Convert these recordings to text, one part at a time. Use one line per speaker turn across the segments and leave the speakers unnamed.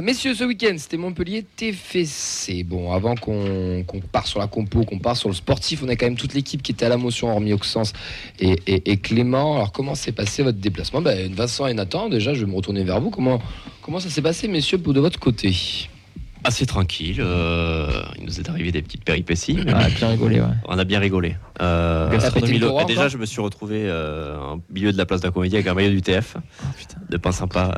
Messieurs, ce week-end, c'était Montpellier TFC. Bon, avant qu'on qu'on part sur la compo, qu'on part sur le sportif, on a quand même toute l'équipe qui était à la motion, hormis Auxence et, et- et Clément. Alors, comment s'est passé votre déplacement ben, Vincent et Nathan, déjà, je vais me retourner vers vous. Comment, comment ça s'est passé, messieurs, pour de votre côté
assez tranquille. euh, il nous est arrivé des petites péripéties. mais
On a Ah, bien rigolé, ouais.
On a bien rigolé. Euh,
Gastronomie
après
de
Milo-
Rouen,
déjà,
encore
je me suis retrouvé euh, en milieu de la place de la Comédie avec un maillot du TF,
Oh, putain.
de pain sympa.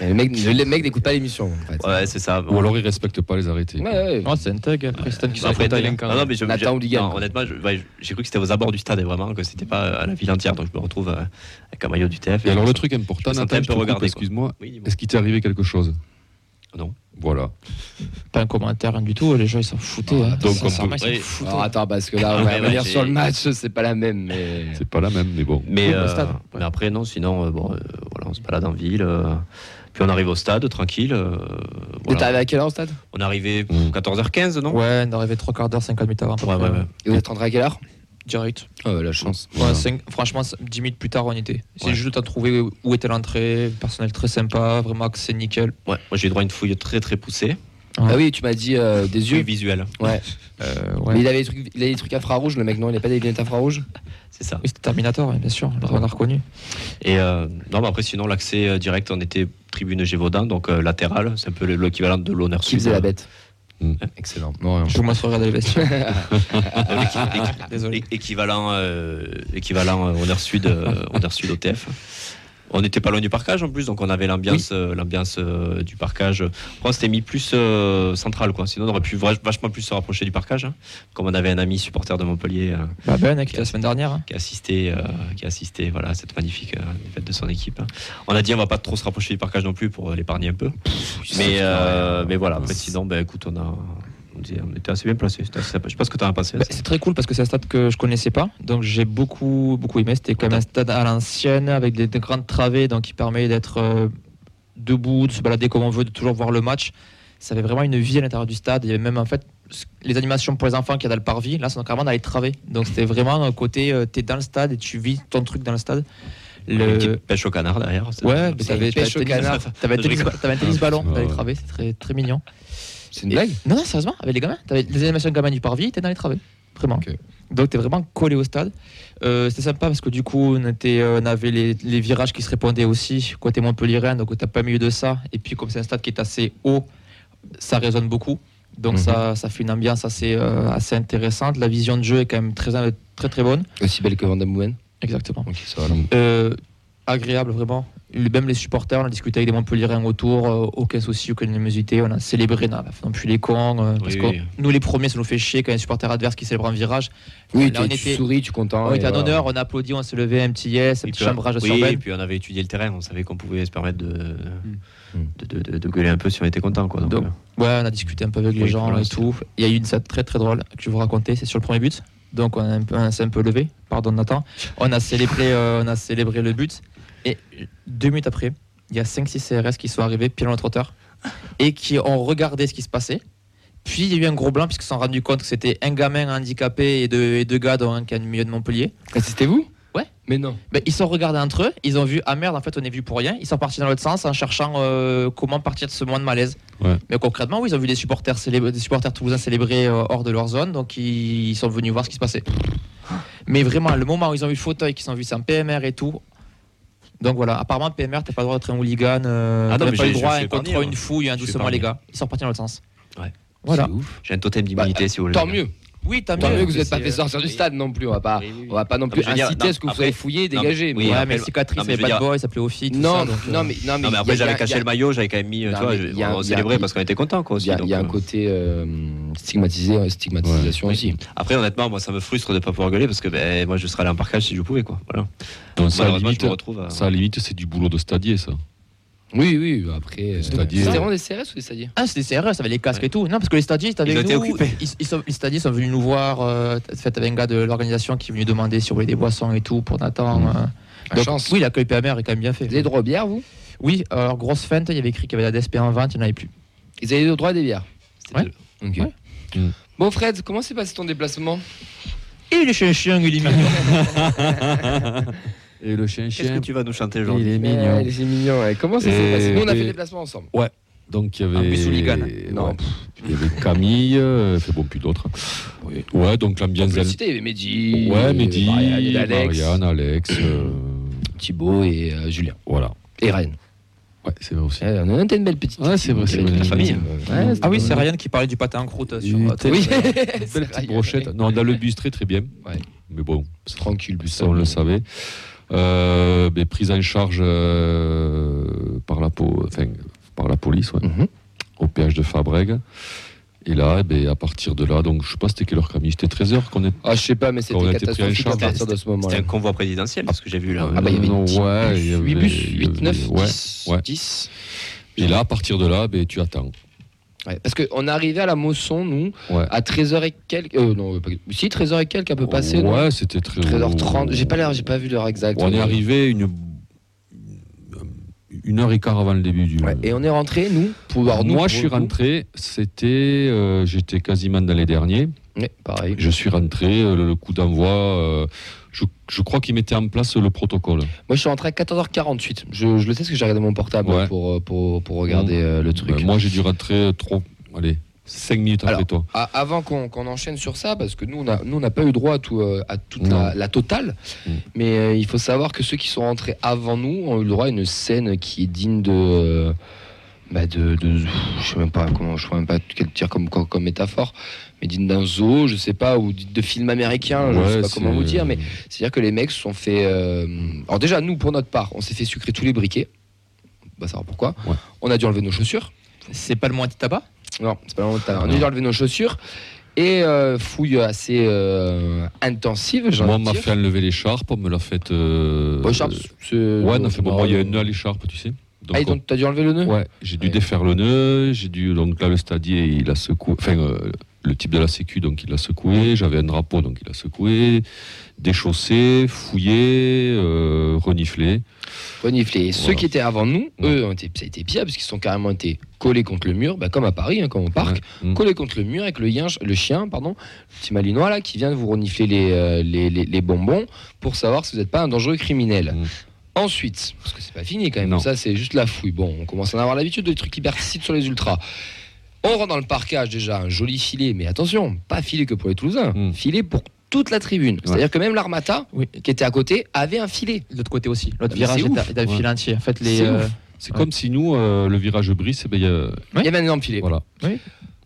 Mais Ben, Le mec, le mec n'écoute pas l'émission, en fait.
Ouais, c'est ça.
Ou alors ils respectent pas les arrêtés.
Ouais, ouais, ouais.
Oh, c'est un thug, Preston qui hein.
Bah, après,
s'appelle
t'as-
Thaïlande.
non, non, mais je-
Nathan
j'ai-
Hooligan,
non,
quoi.
honnêtement, je- ouais, j'ai cru que c'était aux abords du stade et vraiment que c'était pas à la ville entière. Donc je me retrouve euh, avec un maillot du TF.
Et
je
alors le
me
truc important,
je me sentais un
Nathan, je
peu
te coupe,
regardé, quoi.
excuse-moi,
sens- Oui, dis-moi.
est-ce qu'il t'est arrivé quelque chose
Non.
Voilà.
Pas un commentaire, rien du tout. Les gens, ils s'en foutaient.
Ah,
hein.
donc,
Sincèrement,
on peut-
ils s'en
oui.
foutaient.
Alors, attends, parce que là, on
Ouais,
va
ouais,
revenir
j'ai-
sur le match, c'est pas la même. Mais...
C'est pas la même, mais bon.
Mais,
Oui, pour le
euh,
stade, ouais.
mais après, non, sinon, euh, bon, euh, voilà, on se balade en ville. euh, puis on arrive au stade, tranquille. euh,
Vous êtes
voilà.
arrivé à quelle heure au stade
On est arrivé
Mm.
14h15, non
Ouais, on est arrivé 3 quarts d'heure, 50 minutes avant. à peu
Ouais,
près, hein.
ouais, ouais.
Et vous êtes rentré à quelle heure
Direct.
Oh,
Euh, La chance.
Ouais,
Voilà.
cinq- franchement, 10 minutes plus tard, on y était. C'est
Ouais.
juste à trouver où- où était l'entrée. Personnel très sympa, vraiment accès nickel.
Ouais, moi j'ai eu droit à une fouille très très poussée,
Ah oui, tu m'as dit euh, des
fouille
yeux.
visuelle,
Ouais.
Euh,
Mais
ouais.
il avait, des trucs, il avait des trucs infrarouges, le mec, non, il n'a pas des lunettes infrarouges.
c'est ça.
Oui, c'était Terminator, ouais, bien sûr. On l'a reconnu.
Et euh, non, mais après sinon l'accès euh, direct, on était tribune Gévaudan, donc euh, latéral, c'est un peu le- l'équivalent de l'honneur
Qui
sud.
faisait la bête
Mm.
Excellent.
Je vous montre regarder les vestiaires.
Euh, l'équi-
Ah,
l'équi-
Désolé.
l'é- équivalent, euh, équivalent euh, honneur sud, euh, honneur sud OTF. On n'était pas loin du parcage en plus, donc on avait l'ambiance, euh, l'ambiance euh, du parcage. Après, on s'était mis plus euh, central, quoi. Sinon, on aurait pu vra- vachement plus se rapprocher du parcage, hein. comme on avait un ami supporter de Montpellier. euh,
Bah, ben, hein, qui était la semaine dernière. hein.
qui a assisté, euh, qui a assisté voilà, à cette magnifique euh, défaite de son équipe. On a dit on va pas trop se rapprocher du parcage non plus pour euh, l'épargner un peu. Mais, euh, mais voilà, après, sinon, ben, écoute, on, a, on, disait- on était assez bien placés. C'était assez sympa. Je sais pas ce que tu as pensé.
Bah, c'est très cool parce que c'est un stade que je connaissais pas, donc j'ai beaucoup beaucoup aimé. C'était quand même un stade à l'ancienne avec des, des grandes travées, donc qui permet d'être euh, debout, de se balader comme on veut, de toujours voir le match. Ça avait vraiment une vie à l'intérieur du stade. Il y avait même en fait ce- les animations pour les enfants qu'il y a dans le parvis. Là, c'est carrément dans les travées. Donc c'était vraiment un côté euh, t'es dans le stade et tu vis ton truc dans le stade.
Une
Le...
petite pêche au canard derrière. c'est-
Ouais, mais
c'est-
t'avais
pêche
t'avais
au
tennis-
canard.
t'avais un
Je
tennis-
rigole.
t'avais un tennis ballon dans les
Ouais.
travées, c'est très très mignon.
C'est une blague
Non, non, sérieusement, avec les gamins. T'avais les animations de gamins du parvis, t'es dans les travées. Vraiment.
Ok.
Donc t'es vraiment collé au stade. Euh, c'était sympa parce que du coup, on, était, euh, on avait les, les virages qui se répondaient aussi. Côté Montpellier-Rennes, donc t'as pas milieu de ça. Et puis, comme c'est un stade qui est assez haut, ça résonne beaucoup. Donc
Mhm.
ça, ça fait une ambiance assez, euh, assez intéressante. La vision de jeu est quand même très très, très bonne.
Aussi belle que Vandamouven.
Exactement
Ok, ça va. alors.
euh, agréable vraiment. Le- Même les supporters, on a discuté avec des Montpelliérains autour, euh, aucun souci, aucune animosité, on a célébré, non, non plus les cons, euh, parce
Oui,
que
oui.
nous les premiers, ça nous fait chier quand il y a un supporter adverse qui célèbre un virage.
Oui,
Là, on
tu, tu
était-
souris, tu es content.
on
et
était en
voilà.
honneur, on a applaudi, on s'est levé, un petit yes, un
Et
petit
puis,
chambrage
oui,
sur
et
Ben.
puis on avait étudié le terrain, on savait qu'on pouvait se permettre de,
Mm.
de, de, de- de gueuler un peu si on était content. Quoi. Donc,
Donc,
euh,
Ouais, on a discuté un peu avec les
Oui,
gens
voilà,
et
c'est-
tout. Il y a eu une scène très très drôle que je vais vous raconter, c'est sur le premier but. Donc on, a un peu- on s'est un peu levé, pardon Nathan. On a célébré, euh, on a célébré le but. Et deux minutes après, il y a 5-6 CRS qui sont arrivés pile dans notre hauteur et qui ont regardé ce qui se passait. Puis il y a eu un gros blanc puisqu'ils se sont rendus compte que c'était un gamin handicapé et deux, et deux gars dont un qui est du milieu de Montpellier.
Ah, C'était vous
Ouais.
Mais non.
Ben, ils se sont regardés entre eux, ils ont vu ah merde en fait on est venu pour rien, ils sont partis dans l'autre sens en cherchant euh, comment partir de ce moment de malaise.
Ouais.
Mais concrètement oui ils ont vu des supporters célébrer, des supporters toulousains célébrer euh, hors de leur zone donc ils, ils sont venus voir ce qui se passait. Mais vraiment le moment où ils ont vu le fauteuil, qu'ils ont vu ça en PMR et tout. Donc voilà, apparemment PMR t'as pas le droit d'être un hooligan, euh,
Ah non,
t'as
mais
pas
je-
le droit
je
à un
suis
contre
épargné,
une
moi.
fouille, hein,
Je suis
doucement les
épargné.
gars, ils sont partis dans l'autre sens.
Ouais.
Voilà.
C'est ouf.
j'ai un totem d'immunité si vous voulez.
Bah, Tant mieux.
Oui t'as
Tant
mieux.
mieux que vous n'êtes pas
c'est,
fait
euh,
sortir du stade non plus. On va pas,
Oui, oui.
on va pas non
Non,
plus
mais je veux dire,
inciter à ce que
non,
vous soyez
après-
fouillé,
non,
dégagé.
mais-
mais- Ah,
oui,
Ouais,
après,
mais
le-
cicatrice,
non, mais
mais
je
bad
veux dire-
boy, ça plaît aux filles. tout
Non,
ça, donc, euh,
non, mais non, mais
Non, mais
il y
après
a- il y
j'avais
a-
caché le maillot, j'avais quand même mis, euh,
Non,
tu vois,
mais il y a-
on
il y a-
célébrait parce qu'on était content.
Il y a- il y a un côté euh, stigmatisé, euh, stigmatisation
Ouais.
aussi.
Après, honnêtement, moi, ça me frustre de ne pas pouvoir gueuler parce que ben, moi, je serais allé en parcage si je pouvais. Quoi. Voilà.
Donc, ça, à la
Malheureusement,
limite,
je me retrouve euh, à...
ça, à la limite, c'est du boulot de stadier, ça.
Oui, oui, après. euh,
C'est-à-dire-
C'était vraiment des CRS ou des stadiers
Ah, c'est des CRS, ça avait les casques
Ouais.
et tout. Non, parce que les stagiaires, ils,
Ils ont été
nous,
occupés.
ils, ils sont, les stagiaires sont venus nous voir. Euh, en fait, avec un gars de l'organisation qui est venu demander si on voulait des boissons et tout pour Nathan.
Mmh.
euh.
La
Donc,
chance.
Oui, l'accueil PMR est quand même bien fait.
Vous avez droit aux bières, vous
Oui, alors grosse fente, il y avait écrit qu'il y avait la DSP en vente, il n'y en avait plus.
Ils avaient le droit à des bières.
C'était
Ouais.
de-
Ok.
Ouais.
Mm.
Bon, Fred, comment s'est passé ton déplacement
Et il est chien, chien, il est mignon.
Et le chien
Qu'est-ce que tu vas nous chanter
il
aujourd'hui
est
Ouais,
mignon.
C'est Eh, mignon, ouais. Comment ça s'est
Et-
passé Nous, on a fait
et-
le déplacement ensemble.
Donc il y avait.
Ah, Bussouligan.
Ouais,
Non.
pff, Il y avait Camille, euh, fait bon, puis d'autres.
Oui.
Ouais, donc
On
l'ambiance.
peut le
elle-
citer, il y avait Mehdi, euh,
Ouais, Mehdi,
Marianne, il y avait Alex,
Marianne, Alex. euh,
Thibaut et euh, Julien.
Voilà.
Et Rennes.
Ouais, c'est vrai aussi.
Eh, on a une belle petite.
Ouais, c'est vrai, c'est
Belle
vrai.
petite
famille.
Ouais,
Ah oui,
c'était-
c'est Ryan qui parlait du pâté en croûte sur.
Oui,
euh, Twitter.
Oui, c'est
Belle petite
Ryan.
brochette. Non, dans le bus, très très bien.
Ouais.
Mais bon, c'est
Tranquille,
Plus ça, on le savait. Euh, mais prise en charge euh, par, la po- enfin, par la police, ouais,
Mhm.
au péage de Fabrègue. Et là, eh ben, à partir de là, donc je sais pas c'était quelle heure Camille, c'était 13h qu'on est.
Ah, je sais pas, mais
Quand on
c'était
a été pris en
catastrophique à
charge.
partir de ce
C'était
moment-là.
un convoi présidentiel, parce que j'ai vu là.
bah, il y avait
Non,
dix
ouais, il y avait-
8 bus,
il y
8,
avait-
9,
ouais.
10.
ouais.
10.
Et là, à partir de là, ben, tu attends.
Ouais, parce qu'on est arrivé à la Mosson, nous,
Ouais.
à 13h et quelques. euh, non, pas- si, 13h et quelques, un peu passé. non
Ouais, c'était très-
13h30. J'ai pas l'heure, j'ai pas vu l'heure exacte.
On est arrivé une... une heure et quart avant le début du.
Ouais, Et on est rentré, nous, pour alors, nous,
Euh, moi,
pour
je
le
suis
coup-
rentré, c'était. euh, J'étais quasiment dans les derniers.
Ouais, pareil.
Je suis rentré, euh, le, le coup d'envoi, euh, je, je crois qu'ils mettaient en place le protocole.
Moi, je suis rentré à 14h48. Je, je le sais parce que j'ai regardé mon portable
Ouais.
pour, euh, pour, pour regarder euh, le truc.
Euh, moi, j'ai dû rentrer trop, allez, 5 minutes après
Alors,
toi.
Ah, avant qu'on qu'on enchaîne sur ça, parce que nous, on a- nous, on n'a pas eu droit à, tout, euh, à toute
Non.
la, la totale,
Mm.
mais euh, il faut savoir que ceux qui sont rentrés avant nous ont eu le droit à une scène qui est digne de. euh, bah de, de- je sais même pas comment, je sais même pas quel dire comme, comme, comme métaphore, mais digne d'un zoo, je sais pas, ou de film américain, je sais
Ouais,
pas comment
c'est-
vous dire, mais c'est-à-dire que les mecs se sont fait. euh, Alors déjà, nous, pour notre part, on s'est fait sucrer tous les briquets. On va savoir pourquoi.
Ouais.
On a dû enlever nos chaussures.
C'est pas le moins de tabac
Non, c'est pas vraiment tard. On a
Non.
dû enlever nos chaussures. Et euh, fouille assez euh, intensive, j'ai
Moi, on
envie de
m'a
dire.
fait enlever l'écharpe, on me l'a fait. euh,
Bon, Charles, c'est-
ouais, non, fait, bon,
non,
moi, il y a un nœud à l'écharpe, tu sais. Donc,
Ah, ils ont- t'as dû enlever le nœud
on- ouais, j'ai dû
Ouais.
défaire le nœud, j'ai dû. Donc là, le stadier, il a secoué. Enfin, euh, le type de la Sécu, donc il l'a secoué. J'avais un drapeau, donc il l'a secoué. Déchaussé, fouillé, euh, reniflé.
Reniflé. Et ceux
Voilà.
qui étaient avant nous,
Ouais.
eux, ont été, ça a été pire, parce qu'ils sont carrément été collés contre le mur, bah, comme à Paris, hein, comme au parc,
Ouais. Mm.
collés contre le mur avec le, yin- le chien, pardon, le petit malinois, là, qui vient de vous renifler les, euh, les, les- les bonbons pour savoir si vous n'êtes pas un dangereux criminel.
Mm.
Ensuite, parce que c'est pas fini quand même,
Non.
ça c'est juste la fouille. Bon, on commence à en avoir l'habitude des trucs qui participent sur les ultras. On rentre dans le parcage déjà, un joli filet, mais attention, pas filet que pour les Toulousains,
Mm.
filet pour toute la tribune. C'est-à-dire que même l'Armata,
Oui.
qui était à côté, avait un filet.
De l'autre côté aussi. L'autre
Ah, mais
virage
c'est
est
ouf.
à- est à
Ouais.
fil entier. En fait, les
C'est
euh,
C'est
Ouais.
comme si nous, euh, le virage brise, eh ben, il y a-
Il y avait un énorme filet.
voilà.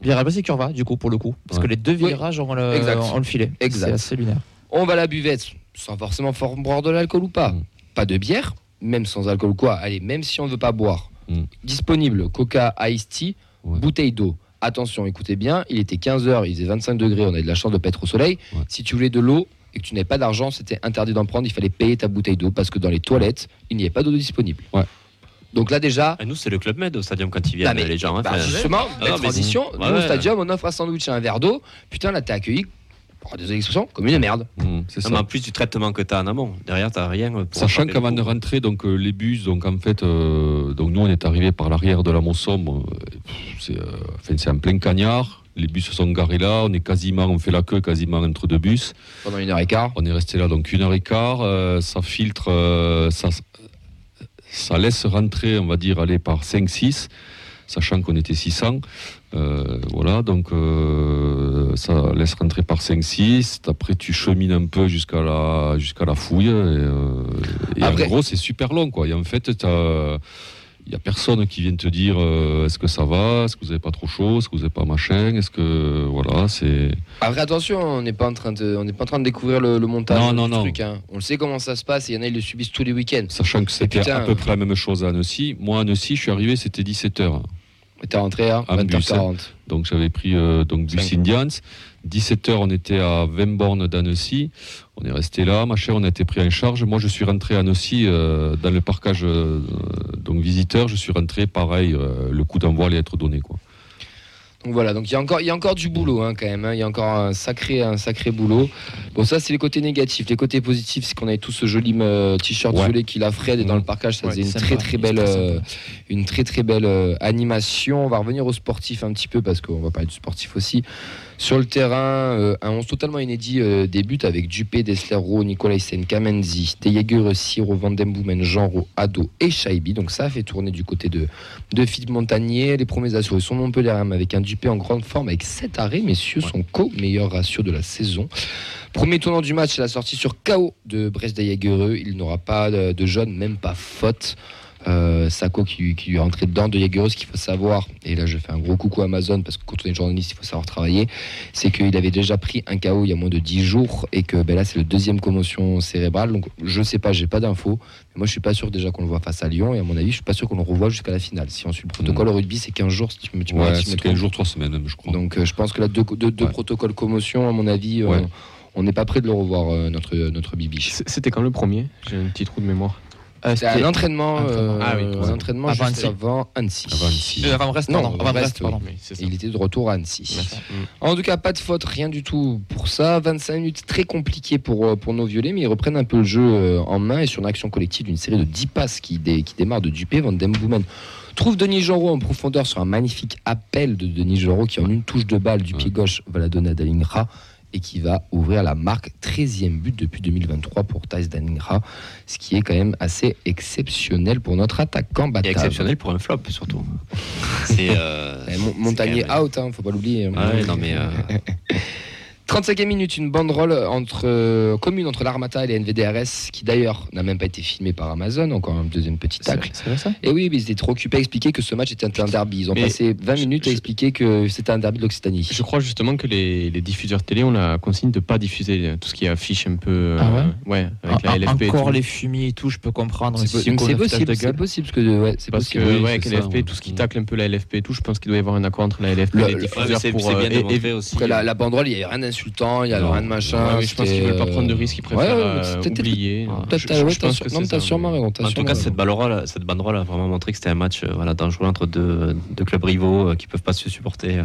virages, bah, c'est Curva, du coup, pour le coup. Parce
Ouais.
que les deux
Oui.
virages ont le,
Exact.
ont le filet.
Exact.
C'est assez lunaire.
On va à la buvette, sans forcément for- boire de l'alcool ou pas.
Mm.
Pas de bière, même sans alcool ou quoi. Allez, même si on ne veut pas boire.
Mm.
Disponible Coca Ice Tea,
Ouais.
bouteille d'eau. Attention, écoutez bien, il était 15h, il faisait 25 degrés, on a eu de la chance de pas être au soleil.
Ouais.
Si tu voulais de l'eau et que tu n'avais pas d'argent, c'était interdit d'en prendre, il fallait payer ta bouteille d'eau parce que dans les toilettes, il n'y avait pas d'eau disponible.
Ouais.
Donc là déjà,
Ah, nous, c'est le Club Med au stadium quand ils viennent,
mais-
les gens. hein,
bah,
enfin,
justement,
Ah,
la
mais-
transition,
Ouais,
nous, au
ouais.
stadium, on offre un sandwich et un verre d'eau. Putain, là, t'es accueilli, oh, désolé l'expression, comme une merde.
Mm, c'est
non,
ça.
mais en plus du traitement que tu as en amont, derrière, tu rien. euh, Pour
Sachant
attraper le
qu'avant
coup.
de rentrer, donc euh, les bus, donc en fait, euh, donc nous on est arrivé par l'arrière de la Mossomme, euh, pff, c'est euh, enfin, c'est en plein cagnard. Les bus se sont garés là, on est quasiment, on fait la queue quasiment entre deux bus.
Pendant une heure et quart.
On est resté là donc une heure et quart. euh, ça filtre, euh, ça, ça laisse rentrer, on va dire, aller par 5-6, sachant qu'on était 600. Euh, voilà, donc euh, ça laisse rentrer par 5-6. Après, tu chemines un peu jusqu'à la, jusqu'à la fouille. Et, euh, et
Après-
en gros, c'est super long. Quoi. Et en fait, t'as- Il n'y a personne qui vient te dire euh, est-ce que ça va, est-ce que vous n'avez pas trop chaud, est-ce que vous n'avez pas machin, est-ce que. Voilà, c'est.
Après, attention, on n'est pas en train de, on n'est pas en train de découvrir le, le montage
Non, non,
du
non.
truc. hein. On le sait comment ça se passe. et Il y en a, ils le subissent tous les week-ends.
Sachant que c'était
putain,
à
euh,
peu près la même chose à Annecy. Moi, à Annecy, je suis arrivé, c'était 17h.
Et T'es rentré à
Un bus,
20h40.
Donc j'avais pris euh, donc bus
Cinq.
Indians. 17h, on était à 20 bornes d'Annecy. On est resté là. Ma chère, on a été pris en charge. Moi, je suis rentré à Annecy euh, dans le parcage euh, donc visiteur. Je suis rentré, pareil, euh, le coup d'envoi allait être donné. Quoi.
Donc voilà. Donc il y a encore, il y a encore du boulot hein, quand même. hein. Il y a encore un sacré, un sacré boulot. Bon, ça c'est les côtés négatifs. Les côtés positifs, c'est qu'on avait tous ce joli euh, t-shirt
Ouais.
violet qu'il a Fred et dans
Mmh.
le parcage, ça
Ouais,
faisait une
sympa.
très très belle,
C'était sympa.
euh, une très très belle euh, animation. On va revenir aux sportifs un petit peu parce qu'on va parler du sportif aussi. Sur le terrain, euh, un 11 totalement inédit euh, des buts avec Dupé, Deslero, Nicolaisen, Kamenzi, Tejager, Siro, Vandemboumen, Genro, Ado et Shaibi. Donc ça a fait tourner du côté de, de Philippe Montagnier. Les premiers assurés sont Montpellier hein, avec un Dupé en grande forme avec 7 arrêts, messieurs, son co-meilleur ratio de la saison. Premier tournant du match, c'est la sortie sur KO de Brest Dayagereux. Il n'aura pas de, de jaune, même pas faute. Euh, Sako qui, qui lui est rentré dedans de Jagereux, ce qu'il faut savoir, et là je fais un gros coucou à Amazon parce que quand on est journaliste, il faut savoir travailler, c'est qu'il avait déjà pris un KO il y a moins de 10 jours et que ben là c'est le deuxième commotion cérébrale. Donc je sais pas, j'ai pas d'infos. Mais moi je suis pas sûr déjà qu'on le voit face à Lyon et à mon avis, je suis pas sûr qu'on le revoit jusqu'à la finale. Si on suit le protocole au rugby, c'est 15 jours si tu me tu me- si
Ouais,
je me
c'est
trompe.
15 jours, 3 semaines, même, je crois.
Donc euh, je pense que là, deux, co- deux- deux
Ouais.
protocoles commotion, à mon avis, euh,
Ouais.
on n'est pas prêt de le revoir, euh, notre, notre bibiche.
C- C'était quand le premier J'ai un petit trou de mémoire.
Euh,
C'est un
c'était-
entraînement, euh,
Ah oui,
un entraînement
Avant
juste
Annecy.
avant Annecy.
Avant Annecy.
euh, avant Brest,
Non,
pardon, avant
Brest,
Brest,
oui.
Ah,
pardon.
Oui, c'est
Et
ça.
il était de retour à Annecy.
Merci. Mm.
En tout cas, pas de faute, rien du tout pour ça. 25 minutes très compliquées pour, euh, pour nos violets, mais ils reprennent un peu le jeu euh, en main et sur une action collective d'une série de 10 passes qui, dé- qui démarre de Dupé. Van Den Boomen trouve Denis Genreau en profondeur sur un magnifique appel de Denis Genreau qui, en une touche de balle du pied gauche, va la donner à Dalingra et qui va ouvrir la marque 13e but depuis 2023 pour Thijs Dalingra, ce qui est quand même assez exceptionnel pour notre attaquant
Et
Batav.
exceptionnel pour un flop, surtout. C'est. euh,
Eh,
c'est
Mon-
quand
Montagnier
même-
out, hein, faut pas l'oublier.
Ouais, non, mais. euh,
35e minute, une banderole entre, euh, commune entre l'Armata et les NVDRS, qui d'ailleurs n'a même pas été filmée par Amazon, encore un deuxième petit tacle.
C'est vrai ça
Et oui, mais ils étaient trop occupés à expliquer que ce match était un derby. Ils ont
Mais
passé 20
je-
minutes à
je-
expliquer que c'était un derby de l'Occitanie.
Je crois justement que les, les diffuseurs télé ont la consigne de pas diffuser tout ce qui affiche un peu. euh,
Ah
ouais avec
En-
la LFP. et
Encore
tout.
les fumiers et tout, je peux comprendre.
C'est
si
po- c'est
qu'on a fait
possible,
de
c'est
gueule.
possible, parce que ouais, c'est
Parce que,
possible.
oui,
ouais, avec
c'est
la
ça,
LFP,
ouais.
tout ce qui tacle un peu la LFP et tout, je pense qu'il doit y avoir un accord entre la LFP
Le-
et les
le-
ouais, mais
diffuseurs
c'est
pour
c'est
euh,
bien
é- évi-
démontré aussi.
Parce que la, la banderole, il n'y avait rien d'insultant, il n'y avait
Non.
rien de machin.
Ouais, mais je pense
c'était,
qu'ils veulent pas prendre de
euh,
risques, ils
ouais,
préfèrent
ouais,
euh,
peut-être- peut-être-
oublier.
peut-être-
Je- je
ouais,
pense
t'as
que
sur-
c'est
non, mais
ça,
t'as sûrement
mais-
raison, t'as
En tout
sûrement
cas,
raison.
cette banderole, cette banderole a vraiment montré que c'était un match euh, voilà, dangereux entre deux, deux clubs rivaux euh, qui peuvent pas se supporter. euh.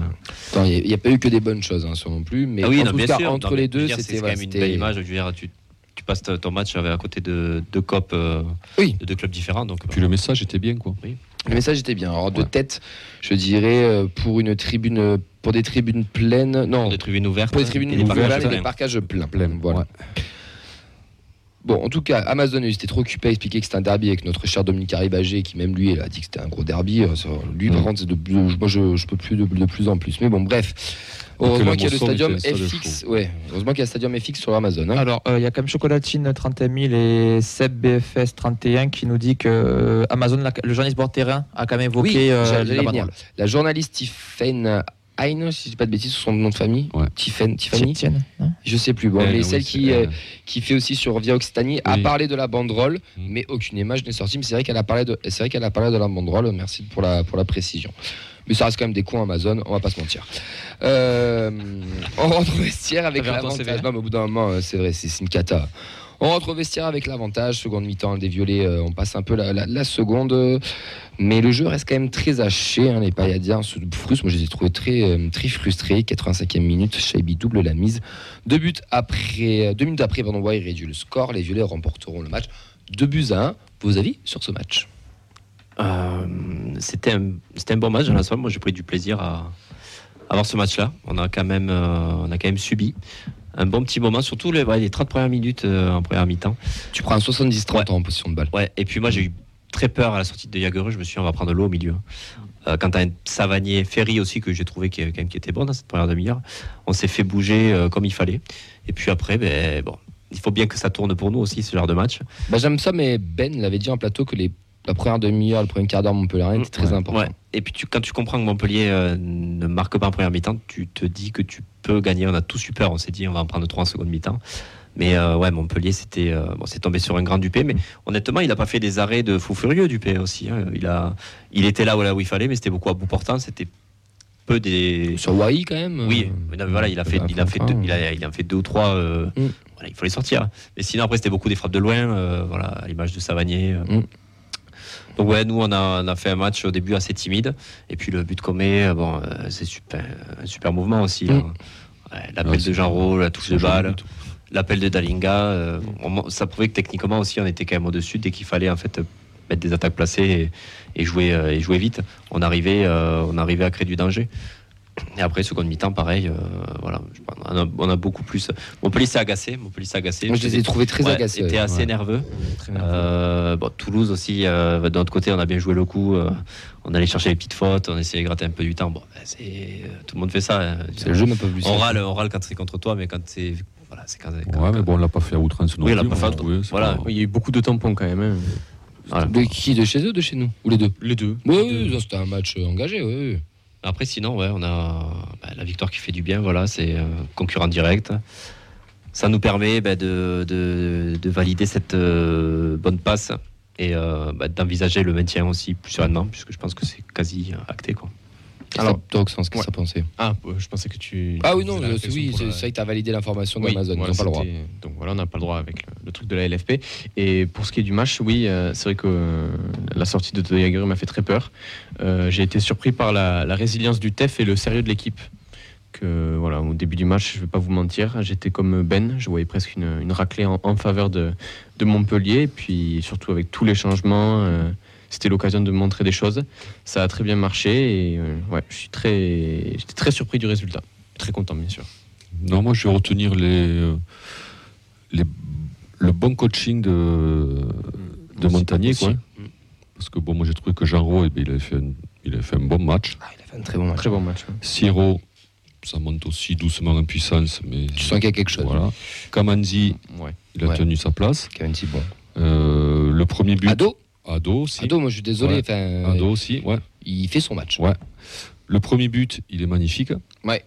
Attends, Il n'y a, pas eu que des bonnes choses, hein, ça non plus. Mais
Ah oui,
en
non,
tout
bien
cas,
sûr.
entre
Non, mais
les
je
deux,
veux dire,
c'était
c'est quand
voilà,
même une
c'était-
belle image. Je veux dire, tu, tu passes ton ton match avec- à côté de deux copes euh,
Oui.
de deux clubs différents. Donc, euh,
Puis le message était bien, quoi.
Le message était bien. Alors de
Ouais.
tête, je dirais euh, pour une tribune, euh, pour des tribunes pleines, non,
pour des tribunes ouvertes. euh,
pour des tribunes
et des parquages
ouvertes et
pleins.
des parquages pleins. voilà. Bon, en tout cas, Amazon, il s'était trop occupé à expliquer que c'était un derby avec notre cher Dominique Arribagé, qui même lui, il a dit que c'était un gros derby. Euh, ça, Lui,
Mm.
par contre, c'est de plus, moi, je, je peux plus de, de plus en plus. Mais bon, bref.
Donc,
Heureusement
la
qu'il y a le
Mosson, il
stadium
fait un stade
FX. Ouais, heureusement qu'il y a le stadium FX sur Amazon. hein.
Alors, euh, il y a quand même Chocolatine 31 000 et Seb BFS 31 qui nous dit que euh, Amazon, la- le journaliste bord terrain, a quand même évoqué
Oui,
euh,
j'allais
la
y
banderole.
La journaliste Tiffany Heine, si je dis pas de bêtises, c'est son nom de famille.
Ouais.
Tiffen- Tiffany,
Tienne, hein.
je sais plus. Bon,
Elle,
mais
oui,
celle
Eh, c'est
qui, euh,
elle.
qui fait aussi sur Via Occitanie, a
Oui.
parlé de la banderole,
Mm.
mais aucune image n'est sortie. Mais c'est vrai qu'elle a parlé de, c'est vrai qu'elle a parlé de la banderole. Merci pour la pour la précision. Mais ça reste quand même des cons Amazon, on va pas se mentir. Euh, on rentre au vestiaire avec
Averton, c'est
l'avantage.
vrai.
Non, mais au bout d'un moment, euh, c'est vrai, c'est c'est une cata. On rentre au vestiaire avec l'avantage. Seconde mi-temps, des violets, euh, on passe un peu la, la- la seconde. euh, Mais le jeu reste quand même très haché. hein, les Payadiens se frustrent. Moi, je les ai trouvés très, euh, très frustrés. 85e minute, Shaibi double la mise. Deux buts après, euh, deux minutes après, pardon, Wai réduit le score. Les Violets remporteront le match. Deux buts à un. Vos avis sur ce match
Euh, c'était un, c'était un bon match dans la somme. Moi, j'ai pris du plaisir à, à voir ce match-là. On a quand même, euh, on a quand même subi un bon petit moment, surtout les, ouais, les 30 premières minutes euh, en première mi-temps.
Tu prends un 70-30 en position de balle.
Ouais. Et puis moi, j'ai eu très peur à la sortie de Yagereux. Je me suis dit, on va prendre l'eau au milieu. Euh, quand un Savanier, Ferry aussi, que j'ai trouvé qui, quand même, qui était bon dans cette première demi-heure, on s'est fait bouger euh, comme il fallait. Et puis après, ben, bon, il faut bien que ça tourne pour nous aussi, ce genre de match.
Bah, j'aime ça, mais Ben l'avait dit en plateau que les, la première demi-heure, le premier quart d'heure Montpellier était très
Ouais.
important.
Ouais. Et puis tu- quand tu comprends que Montpellier euh, ne marque pas en première mi-temps, tu te dis que tu peux gagner. On a tous eu peur, on s'est dit on va en prendre trois en seconde mi-temps. Mais euh, ouais, Montpellier, c'était euh, bon, c'est tombé sur un grand Dupé. Mais honnêtement, il n'a pas fait des arrêts de fou furieux, Dupé aussi. hein. Il, a, il était là où, là où il fallait, mais c'était beaucoup à bout portant. C'était peu des.
Sur Wai quand même.
Oui,
euh, hein.
mais non, mais voilà, il a fait, il a fait, deux- il a, il en fait deux ou trois. euh,
Mm.
voilà, il faut les sortir. hein. Mais sinon, après, c'était beaucoup des frappes de loin, euh, voilà, à l'image de Savanier. euh.
Mm.
Donc ouais, nous on a, on a fait un match au début assez timide, et puis le but qu'on met, euh, bon, euh, c'est super, un super mouvement aussi. là.
Mm.
Ouais, l'appel
Ouais,
de Genro, la touche de
C'est un joli
balle,
but.
l'appel de Dalinga, euh, on- ça prouvait que techniquement aussi on était quand même au-dessus dès qu'il fallait en fait euh, mettre des attaques placées et, et jouer euh, et jouer vite. On arrivait, euh, on arrivait à créer du danger. Et après, seconde mi-temps, pareil, euh, voilà, je sais pas, on, a, on a beaucoup plus. Montpellier s'est agacé, Montpellier s'est agacé.
Moi, je les ai trouvés très
Ouais,
agacés.
était
ouais.
assez nerveux.
Très nerveux.
Euh, bon, Toulouse aussi, euh, de notre côté, on a bien joué le coup. euh, on allait chercher les petites fautes, on essayait de gratter un peu du temps. Bon, ben, c'est- euh, tout le monde fait ça. hein.
C'est le jeu, même pas plus.
On râle, on râle quand c'est contre toi, mais quand c'est. Voilà, c'est quand, quand-
Ouais, mais
quand-
bon, on l'a pas fait à outrance non
Oui, on
plus.
l'a pas
on
fait à
l'a trouvé, c'est
voilà.
pas-
Oui, Il y a eu beaucoup de tampons quand même. hein.
voilà.
De qui De chez eux, de chez nous Ou les deux
Les deux.
Oui, oui, non, c'était un match euh, engagé, oui, oui.
Après, sinon, ouais, on a bah, la victoire qui fait du bien. Voilà, c'est euh, concurrent direct. Ça nous permet bah, de, de- de valider cette euh, bonne passe et euh, bah, d'envisager le maintien aussi plus sereinement, puisque je pense que c'est quasi euh, acté. Quoi.
Alors,
Alors-
toi, Oxens, qu'est-ce que
Ouais.
ça pensait
Ah, euh, je pensais que tu.
Ah oui,
tu
non,
faisais la
euh,
réflexion
oui,
pour
c'est
la-
ça, tu as validé l'information
Oui,
d'Amazon,
voilà,
ils n'ont pas le droit.
c'était- Donc voilà, on n'a pas le droit avec le, le truc de la LFP. Et pour ce qui est du match, oui, euh, c'est vrai que euh, la sortie de Toyaguru m'a fait très peur. Euh, J'ai été surpris par la, la résilience du TEF et le sérieux de l'équipe. Que voilà, au début du match, je vais pas vous mentir, j'étais comme Ben, je voyais presque une, une raclée en, en faveur de, de Montpellier. Et puis surtout avec tous les changements, euh, c'était l'occasion de montrer des choses. Ça a très bien marché et euh, ouais, je suis très, j'étais très surpris du résultat. Très content, bien sûr.
Non, moi, je vais retenir les, euh, les- le bon coaching de, de
Aussi-
Montagnier. Quoi.
aussi.
Mm.
Parce que bon, moi, j'ai trouvé que Jean Rowe, eh ben, il, avait fait un- il avait fait un bon match.
Ah, il a fait un très bon match.
Très bon match. ouais.
Siro, ça monte aussi doucement en puissance. Mais
Tu sens qu'il y a quelque chose. Mm.
Voilà. Kamanzi,
Ouais.
il a
Ouais.
tenu sa place.
Kevin Thibault.
Euh, le premier but.
Ado
Ado aussi.
Ado, moi, je suis désolé.
Ouais.
enfin,
Ado aussi, ouais.
Il fait son match.
Ouais. Le premier but, il est magnifique.
Ouais.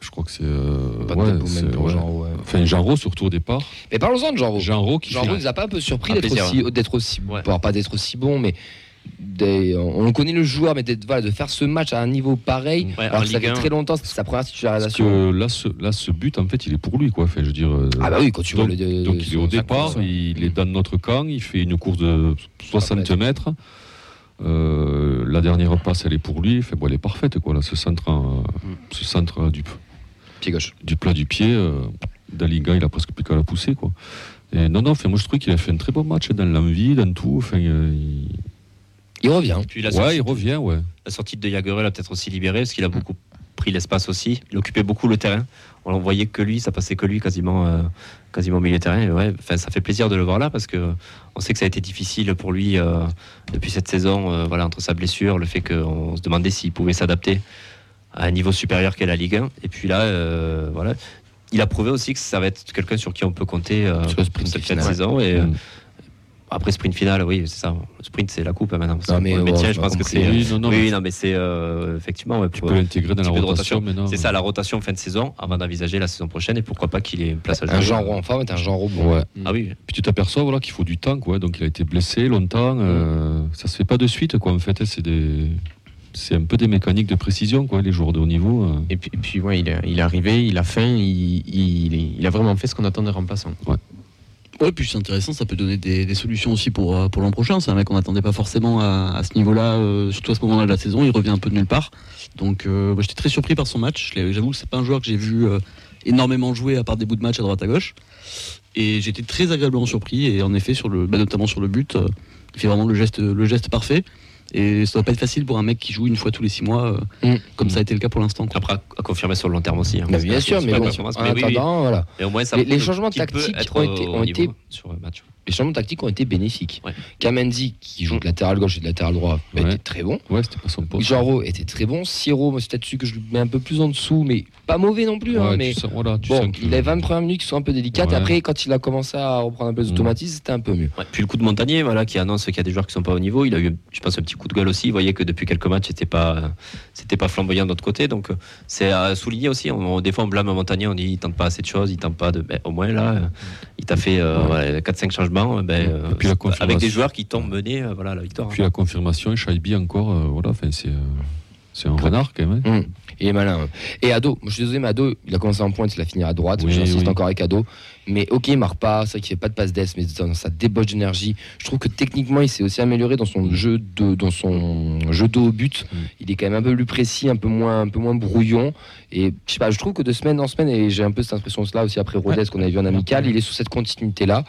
Je crois que c'est. euh,
Pas
ouais,
de tabou,
c'est-
même pour
ouais.
Jean Roux, ouais.
Enfin, Jean Rowe, surtout au départ.
Mais parlons-en de Jean Roux.
Jean Rowe qui
Jean
fait-
Roux nous a pas un peu surpris
Un
d'être
plaisir,
aussi, d'être aussi bon.
Ouais.
Alors, pas d'être aussi bon, mais des- on on connaît le joueur, mais d'être- voilà, de faire ce match à un niveau pareil,
Ouais,
alors
en
que ça
Ligue
fait
1.
très longtemps, c'était sa première
Parce
titularisation.
que euh, là ce, là, ce but, en fait, il est pour lui, quoi. Enfin, je veux dire. euh,
Ah bah oui, quand tu
donc,
vois le.
donc il est au
son- sa
départ,
course,
il est dans notre camp, il fait une course de 60
Ah,
mètres. Euh, la dernière passe, elle est pour lui. Enfin, bon, elle est parfaite, quoi. Là, ce centre, euh, ce centre euh, du,
Pied gauche.
du plat du pied, euh, Dalinga, il a presque plus qu'à la pousser, quoi. Et non, non, enfin, moi, je trouve qu'il a fait un très bon match dans l'envie, dans tout. Enfin, euh, il-
Il revient.
Et puis la
ouais,
sortie-
il revient, ouais.
La sortie de Jaguerel a peut-être aussi libéré parce qu'il a beaucoup pris l'espace aussi. Il occupait beaucoup le terrain. On ne voyait que lui, ça passait que lui quasiment, euh, quasiment au milieu de terrain. Et ouais, enfin, ça fait plaisir de le voir là parce que on sait que ça a été difficile pour lui euh, depuis cette saison. euh, voilà, entre sa blessure, le fait qu'on se demandait s'il pouvait s'adapter à un niveau supérieur qu'est la Ligue 1. Et puis là, euh, voilà, il a prouvé aussi que ça va être quelqu'un sur qui on peut compter euh,
Sur le sprint
cette
final.
saison. Et, euh,
Mm.
Après sprint final, oui, c'est ça. Le sprint, c'est la coupe hein, maintenant.
mais
Pour le
bon,
métier,
on
je
a
pense que
compris,
c'est euh,
hein.
Oui, non, non,
oui, non, mais c'est euh, effectivement. ouais,
tu
pour-
peux l'intégrer dans la
petit peu de
rotation,
rotation,
mais non.
c'est ça la rotation fin de saison avant d'envisager la saison prochaine et pourquoi pas qu'il ait une place à
Un
jouer.
Jean Roux en forme est un Jean Roux bon.
Ouais.
Ah oui,
Puis tu t'aperçois voilà, qu'il faut du temps, quoi. Donc il a été blessé longtemps. euh, ça se fait pas de suite, quoi. En fait, c'est des. C'est un peu des mécaniques de précision, quoi, les joueurs de haut niveau. euh.
Et puis, et puis, ouais, il, est, il est arrivé, il a faim, il, il, est- il a vraiment fait ce qu'on attend des remplaçants.
Ouais, puis c'est intéressant, ça peut donner des, des solutions aussi pour, euh, pour l'an prochain. C'est un mec qu'on n'attendait pas forcément à, à ce niveau-là, euh, surtout à ce moment-là de la saison. Il revient un peu de nulle part. Donc euh, moi, j'étais très surpris par son match. Je l'ai- J'avoue que c'est pas un joueur que j'ai vu euh, énormément jouer à part des bouts de match à droite à gauche. Et j'étais très agréablement surpris. Et en effet, sur le, bah, notamment sur le but, euh, il fait vraiment le geste, le geste parfait. Et ça doit pas être facile pour un mec qui joue une fois tous les six mois, euh,
Mm.
comme ça a été le cas pour l'instant. quoi.
après à à confirmer sur le long terme aussi. hein.
Mais
C'est
bien
pas-
sûr,
c'est
mais
pas
bon,
une
en
assurance, mais oui, oui.
attendant, voilà.
Et au moins, ça
Les-
peut-
les changements
qui peut
tactiques
être
ont été-
au
ont
niveau
été-
sur le match.
Les changements tactiques ont été bénéfiques.
Ouais.
Kamenzi, qui joue de latéral gauche et de latéral droit, bah,
Ouais.
était très bon.
Ouais, c'était pas son poste.
Jarro était très bon. Siro, moi, c'est peut-être celui que je mets un peu plus en dessous, mais pas mauvais non plus.
Ouais,
hein,
tu
mais
sens- voilà, tu
bon,
sens que-
il a 20 premières minutes qui sont un peu délicates.
Ouais.
Après, quand il a commencé à reprendre un peu les
Mm.
automatismes, c'était un peu mieux.
Ouais, Puis le coup de Montagnier, voilà, qui annonce qu'il y a des joueurs qui sont pas au niveau. Il a eu, je pense, un petit coup de gueule aussi. Vous voyez que depuis quelques matchs, c'était pas, euh, c'était pas flamboyant de notre côté. Donc, euh, c'est à souligner aussi. On, on- des fois, on blâme Montagnier, on dit il tente pas assez de choses, il tente pas de. ben, au moins là, euh, il t'a fait euh, voilà, 4-5 changements. Ben, euh,
Et puis la confirmation.
avec des joueurs qui tombent menés, euh, voilà, à la victoire.
Puis la confirmation, et Shaibi encore, euh, voilà, enfin, c'est, euh, c'est un renard quand même. hein.
Il est malin. hein. Et Ado, moi, je suis désolé, mais Ado, il a commencé en pointe, il a fini à droite.
Oui,
J'insiste
oui.
encore avec Ado. Mais ok, il marque pas, c'est vrai qu'il fait pas de passe d'ess, mais dans sa débauche d'énergie. Je trouve que techniquement, il s'est aussi amélioré dans son jeu de, dans son jeu dos au but.
Mm.
Il est quand même un peu plus précis, un peu moins, un peu moins brouillon. Et je sais pas, je trouve que de semaine en semaine, et j'ai un peu cette impression de cela aussi après Rodez qu'on a vu en amical, il est sous cette continuité là.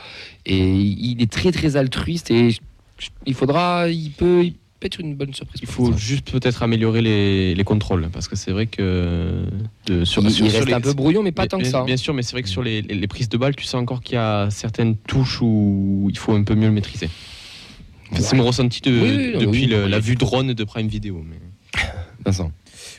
Et il est très très altruiste et je- il faudra, il peut, il peut-être une bonne surprise.
Il
pour
faut
l'instant.
juste peut-être améliorer les, les contrôles, parce que c'est vrai que de, sur,
Il,
sur-
il
sur
reste
les-
un peu brouillon, mais pas
bien,
tant que
bien-
ça. hein.
Bien sûr, mais c'est vrai que sur les, les- les prises de balles, tu sais encore qu'il y a certaines touches où il faut un peu mieux le maîtriser. Enfin, C'est mon ressenti de-
Oui, oui, non,
depuis
oui,
le-
oui.
la vue drone de Prime Video. mais-
Vincent.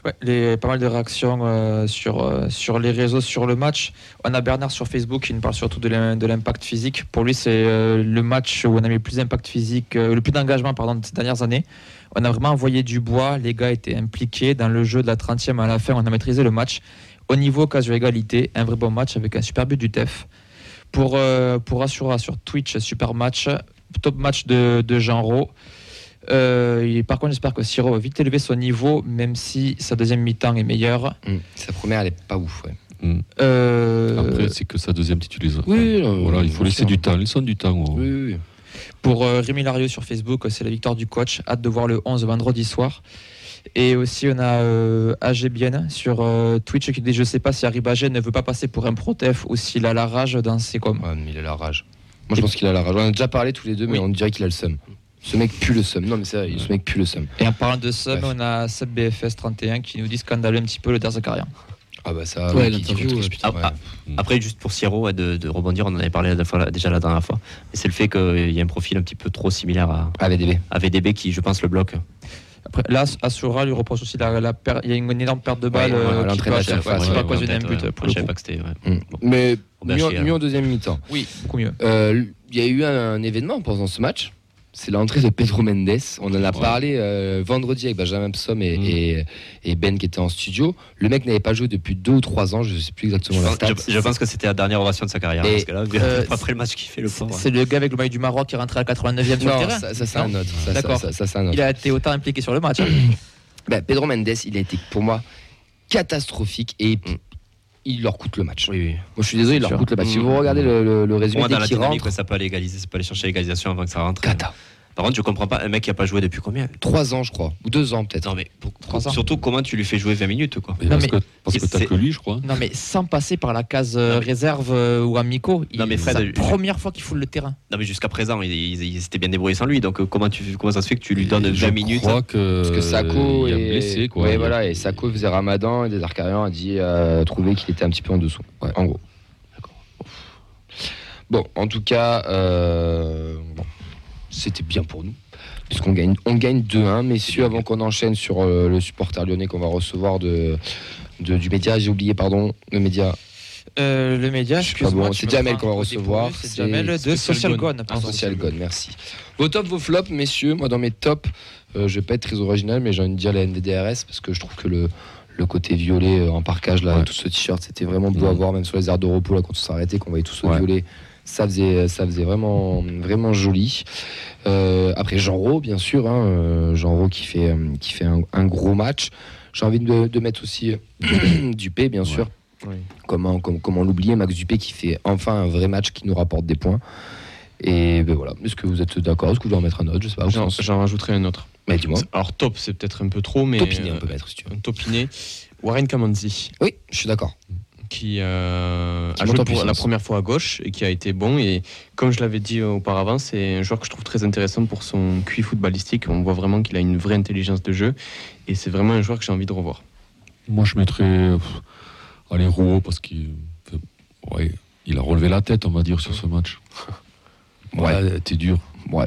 Ouais, les, pas mal de réactions euh, sur, euh, sur les réseaux, sur le match. On a Bernard sur Facebook qui nous parle surtout de l'im- de l'impact physique. Pour lui, c'est euh, le match où on a mis le plus d'impact physique, euh, le plus d'engagement pardon, de ces dernières années. On a vraiment envoyé du bois, les gars étaient impliqués dans le jeu de la 30e à la fin, on a maîtrisé le match. Au niveau occasion égalité, un vrai bon match avec un super but du TEF. Pour, euh, pour Assura sur Twitch, super match, top match de, de Jean Rau. Euh, et par contre, j'espère que Siro va vite élever son niveau, même si sa deuxième mi-temps est meilleure.
Mm. Sa première, elle est pas ouf. ouais.
Euh,
Après, c'est que sa deuxième titulaire.
Oui, euh,
voilà, il faut
bien
laisser
sûr.
du temps. Laissons du temps. oh.
Oui, oui, oui.
pour euh, Rémi Lario sur Facebook, c'est la victoire du coach. Hâte de voir le 11 vendredi soir. Et aussi, on a euh, AGBN sur euh, Twitch qui dit Je sais pas si Arribagé ne veut pas passer pour un protef ou s'il a la rage dans ses com.
Ouais, Ah, mais il a la rage. Moi, je pense qu'il a la rage. On en a déjà parlé tous les deux, mais on dirait qu'il a le seum. Ce mec pue le seum. Non, mais c'est vrai, ce mec pue le seum.
Et en parlant de sub,
Bref.
on a SubBFS31 qui nous dit scandaleux un petit peu le dernier carrière.
Ah bah ça, oui, qui
Ouais,
dit
l'interview,
contre-
ouais,
putain,
Ah,
ouais.
ah, Après, juste pour Siro, ouais, de, de rebondir, on en avait parlé la fois- déjà la dernière fois. Mais c'est le fait qu'il y a un profil un petit peu trop similaire à,
Ah, VDB.
à VDB qui, je pense, le bloque.
Après, là, Asura lui reproche aussi la, la per- il y a une énorme perte de balle
Ouais, ouais,
euh,
à
qui peut
l'entraîne à
à
chaque
chaque
fois,
fois. C'est
ouais,
pas
ouais,
à cause
ouais,
du même
peut-être,
but
ouais.
pour
Je
le
savais
coup.
pas que c'était. ouais.
Mm.
Bon.
Mais
On va
mieux,
chier,
mieux
alors.
en deuxième mi-temps.
Oui, beaucoup mieux.
Euh, Il y a eu un, un événement pendant ce match. C'est l'entrée de Pedro Mendes. On en a parlé euh, vendredi avec Benjamin Psom et,
Mm.
et- et Ben qui étaient en studio. Le mec n'avait pas joué depuis deux ou trois ans. Je sais plus
Je,
exactement la
pense,
stat.
je- je pense que c'était la dernière ovation de sa carrière.
Et,
parce que là,
euh,
après le match qui fait le
C'est
pauvre.
c'est le gars avec le maillot du Maroc qui est rentré à la 89e sur le
Non,
terrain.
ça, ça, c'est un autre. Ça, ça,
D'accord.
ça, ça, c'est un autre.
Il a été autant impliqué sur le match. hein.
Bah, Pedro Mendes, il a été pour moi catastrophique et il leur coûte le match.
Oui, oui.
Moi, je suis désolé, il leur
C'est sûr.
coûte le match. Si vous regardez le, le- le
Pour
résumé
moi, dans
dès
la
qu'il
dynamique,
rentre,
ouais, ça peut aller égaliser, ça peut aller chercher l'égalisation avant que ça rentre.
cata.
Par contre, je comprends pas un mec qui a pas joué depuis combien
Trois ans, je crois, ou deux ans peut-être.
Non, mais pour-
Trois ans.
surtout, comment tu lui fais jouer 20 minutes quoi
Mais
Non,
parce,
mais-
que, parce que t'as
c'est-
que lui, je crois. hein.
Non, mais sans passer par la case euh, réserve euh, ou amico. il-
Non, mais Fred,
c'est
je-
la première fois qu'il foule le terrain.
Non, mais jusqu'à présent, ils il, s'étaient bien débrouillés sans lui. Donc, euh, comment, tu, comment ça se fait que tu lui donnes
Et
20
je
minutes
crois que,
Parce que Sako
Euh, il a
et
blessé quoi.
Ouais,
Il a-
voilà, et Sako faisait Ramadan et Desarcarian a dit euh, trouvé qu'il était un petit peu en dessous. Ouais, en gros. Bon, en tout cas, euh, bon, c'était bien pour nous. Puisqu'on gagne, on gagne 2-1, messieurs, avant qu'on enchaîne sur euh, le supporter lyonnais qu'on va recevoir de, de- du média. J'ai oublié, pardon, le média.
Euh, le média,
Je suis pas
excuse-moi,
bon,
tu
c'est
me
Jamel
prends
qu'on va
au dépourvu,
recevoir,
C'est
c'est
Jamel de
Social
Social
Gone.
Gone.
Un
pardon.
social god, merci. Vos tops, vos flops, messieurs. Moi, dans mes tops, euh, je vais pas être très original, mais j'ai envie de dire la NDDRS parce que je trouve que le, le côté violet euh, en parcage, là,
Ouais.
tout ce t-shirt, c'était vraiment beau
Mhm.
à voir, même sur les aires de repos, là, quand on s'est arrêté, qu'on voyait tout ce
Ouais.
violet. Ça faisait, ça faisait vraiment, vraiment joli. Euh, après, Jean Rau, bien sûr. Hein, euh, Jean Rau qui fait, euh, qui fait un, un gros match. J'ai envie de, de mettre aussi euh, Dupé, bien sûr.
Oui.
Comment, com- comment l'oublier, Max Dupé qui fait enfin un vrai match qui nous rapporte des points. Et ben voilà, est-ce que vous êtes d'accord Est-ce que vous voulez en mettre un autre Je sais pas. vous
J'en
pensez
j'en rajouterai un autre.
Bah, dis-moi.
Alors top, c'est peut-être un peu trop, mais euh,
Topiner, on peut mettre si tu veux.
un topiné. Warren Kamanzi,
Oui, je suis d'accord.
qui euh,
Qui
a
monte en
joué pour la
puissance.
première fois à gauche et qui a été bon. Et comme je l'avais dit auparavant, c'est un joueur que je trouve très intéressant pour son QI footballistique. On voit vraiment qu'il a une vraie intelligence de jeu et c'est vraiment un joueur que j'ai envie de revoir.
Moi, je mettrais. euh, pff, Allez, Rouault, parce qu'il. ouais, il a relevé la tête, on va dire, sur ce match.
Ouais.
Ouais, t'es dur.
Ouais.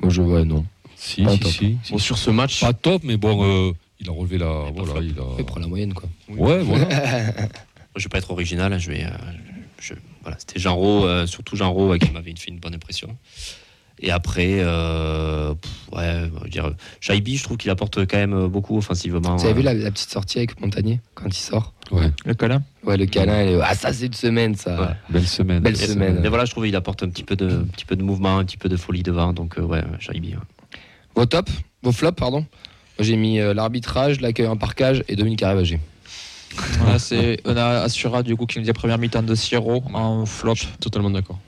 Moi je vois non.
Si,
Pas
si,
top.
si, si.
Bon, sur ce match,
Pas top, mais bon, euh, il a relevé la. Voilà, il a.
Il prend la moyenne quoi.
Ouais, voilà.
Je vais pas être original, hein, je vais. euh, je- voilà, c'était Jean Rau, euh, surtout Jean Rau, euh, qui m'avait fait une bonne impression. Et après, euh, pff, ouais, je veux dire, Shaibi, je trouve qu'il apporte quand même beaucoup offensivement.
Vous avez vu
Euh,
la, la petite sortie avec Montagnier quand il sort
Ouais,
Le câlin.
Ouais, le câlin. il est- Ah ça c'est une semaine ça.
Ouais.
Belle semaine.
Belle
mais-
semaine.
Mais voilà, je trouve qu'il apporte un petit peu de, un petit peu de mouvement, un petit peu de folie devant. Donc, euh, ouais, Shaibi. ouais.
Vos tops, vos flops pardon. Moi, J'ai mis euh, l'arbitrage, l'accueil en parcage et Dominique Arrivagé.
Voilà, c'est- on a Assura du coup qui nous dit la première mi-temps de Siro en flop.
totalement d'accord.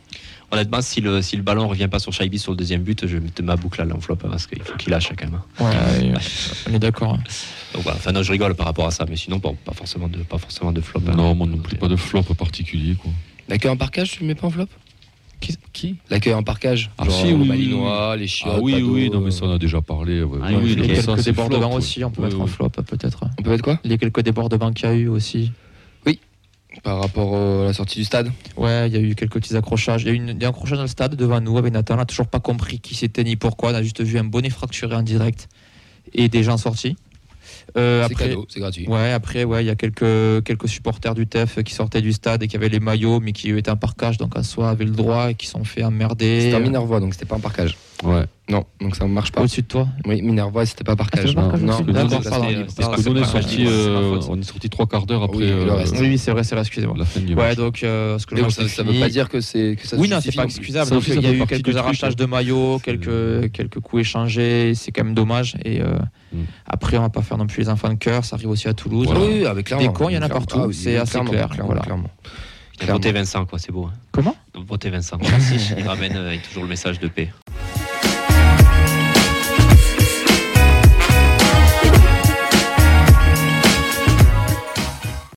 Honnêtement, si le, si le ballon revient pas sur Shaibi sur le deuxième but, je vais mettre ma boucle à l'enveloppe hein, parce qu'il faut qu'il lâche hein, quand même. hein.
Ouais, euh, on est d'accord. hein.
Donc, voilà. Enfin, non, je rigole par rapport à ça, mais sinon, bon, pas forcément de, pas forcément de flop. hein.
Non, moi non plus, pas de flop particulier, quoi.
L'accueil en parcage, tu le mets pas en flop
Qui, qui
L'accueil en parquage.
Ah,
genre
si, oui,
le
oui,
Malinois, les chiottes.
Ah oui,
Pado,
oui, non,
euh,
mais ça on a déjà parlé. ouais.
Ah, il y a
Oui, oui,
eu
non, mais
les
ça,
quelques
c'est
débordements
flop, ouais.
aussi, on peut
Oui,
mettre
oui.
en flop peut-être.
On peut mettre quoi
Les quelques débordements qu'il y a eu aussi.
Par rapport euh, à la sortie du stade
Ouais, il y a eu quelques petits accrochages. Il y a eu une, des accrochages dans le stade devant nous avec Nathan. On n'a toujours pas compris qui c'était ni pourquoi. On a juste vu un bonnet fracturé en direct et des gens sortis. Euh,
C'est
après,
cadeau, c'est gratuit.
ouais, après, ouais, il y a quelques, quelques supporters du TEF qui sortaient du stade et qui avaient les maillots, mais qui eux, étaient en parcage, donc en soi avaient le droit et qui se sont fait emmerder.
C'était en Minervois, donc c'était pas un parquage.
Ouais.
euh, Non, donc ça ne marche
Euh,
pas.
Au-dessus de toi.
Oui, Minervois, c'était pas parquage.
Ah, pas parquage
non,
aussi
non,
D'accord,
ça,
pardon.
c'était-
C'était
Parce que nous, on est
C'est pas
sorti,
ma faute, c'est
euh,
ma faute.
on est sorti trois quarts d'heure après
Oui, le
euh,
reste.
Oui, oui, c'est vrai, c'est vrai, excusez-moi.
la fin du
Ouais,
match.
donc, euh, ce que le
Mais bon,
match
ça
est
ça
fini.
veut pas dire que c'est que ça
oui, non, c'est
justifie
pas
non plus.
excusable.
Ça
Donc,
aussi, ça
il y a
fait
eu
partie du
quelques
truc,
arrachages
hein. Euh.
de maillots,
C'est-
quelques, quelques coups échangés. C'est quand même dommage. Et euh,
Mm.
après, on va pas faire non plus les enfants de cœur. Ça arrive aussi à Toulouse.
Voilà.
Oui, oui, avec clairement.
Des cons, il y en a
Clairement.
partout,
Ah oui,
c'est assez
clairement,
clair,
Clairement,
voilà.
clairement.
Votez Vincent, quoi, c'est beau. hein.
Comment
Votez Vincent. Merci. Il ramène euh, avec toujours le message de paix.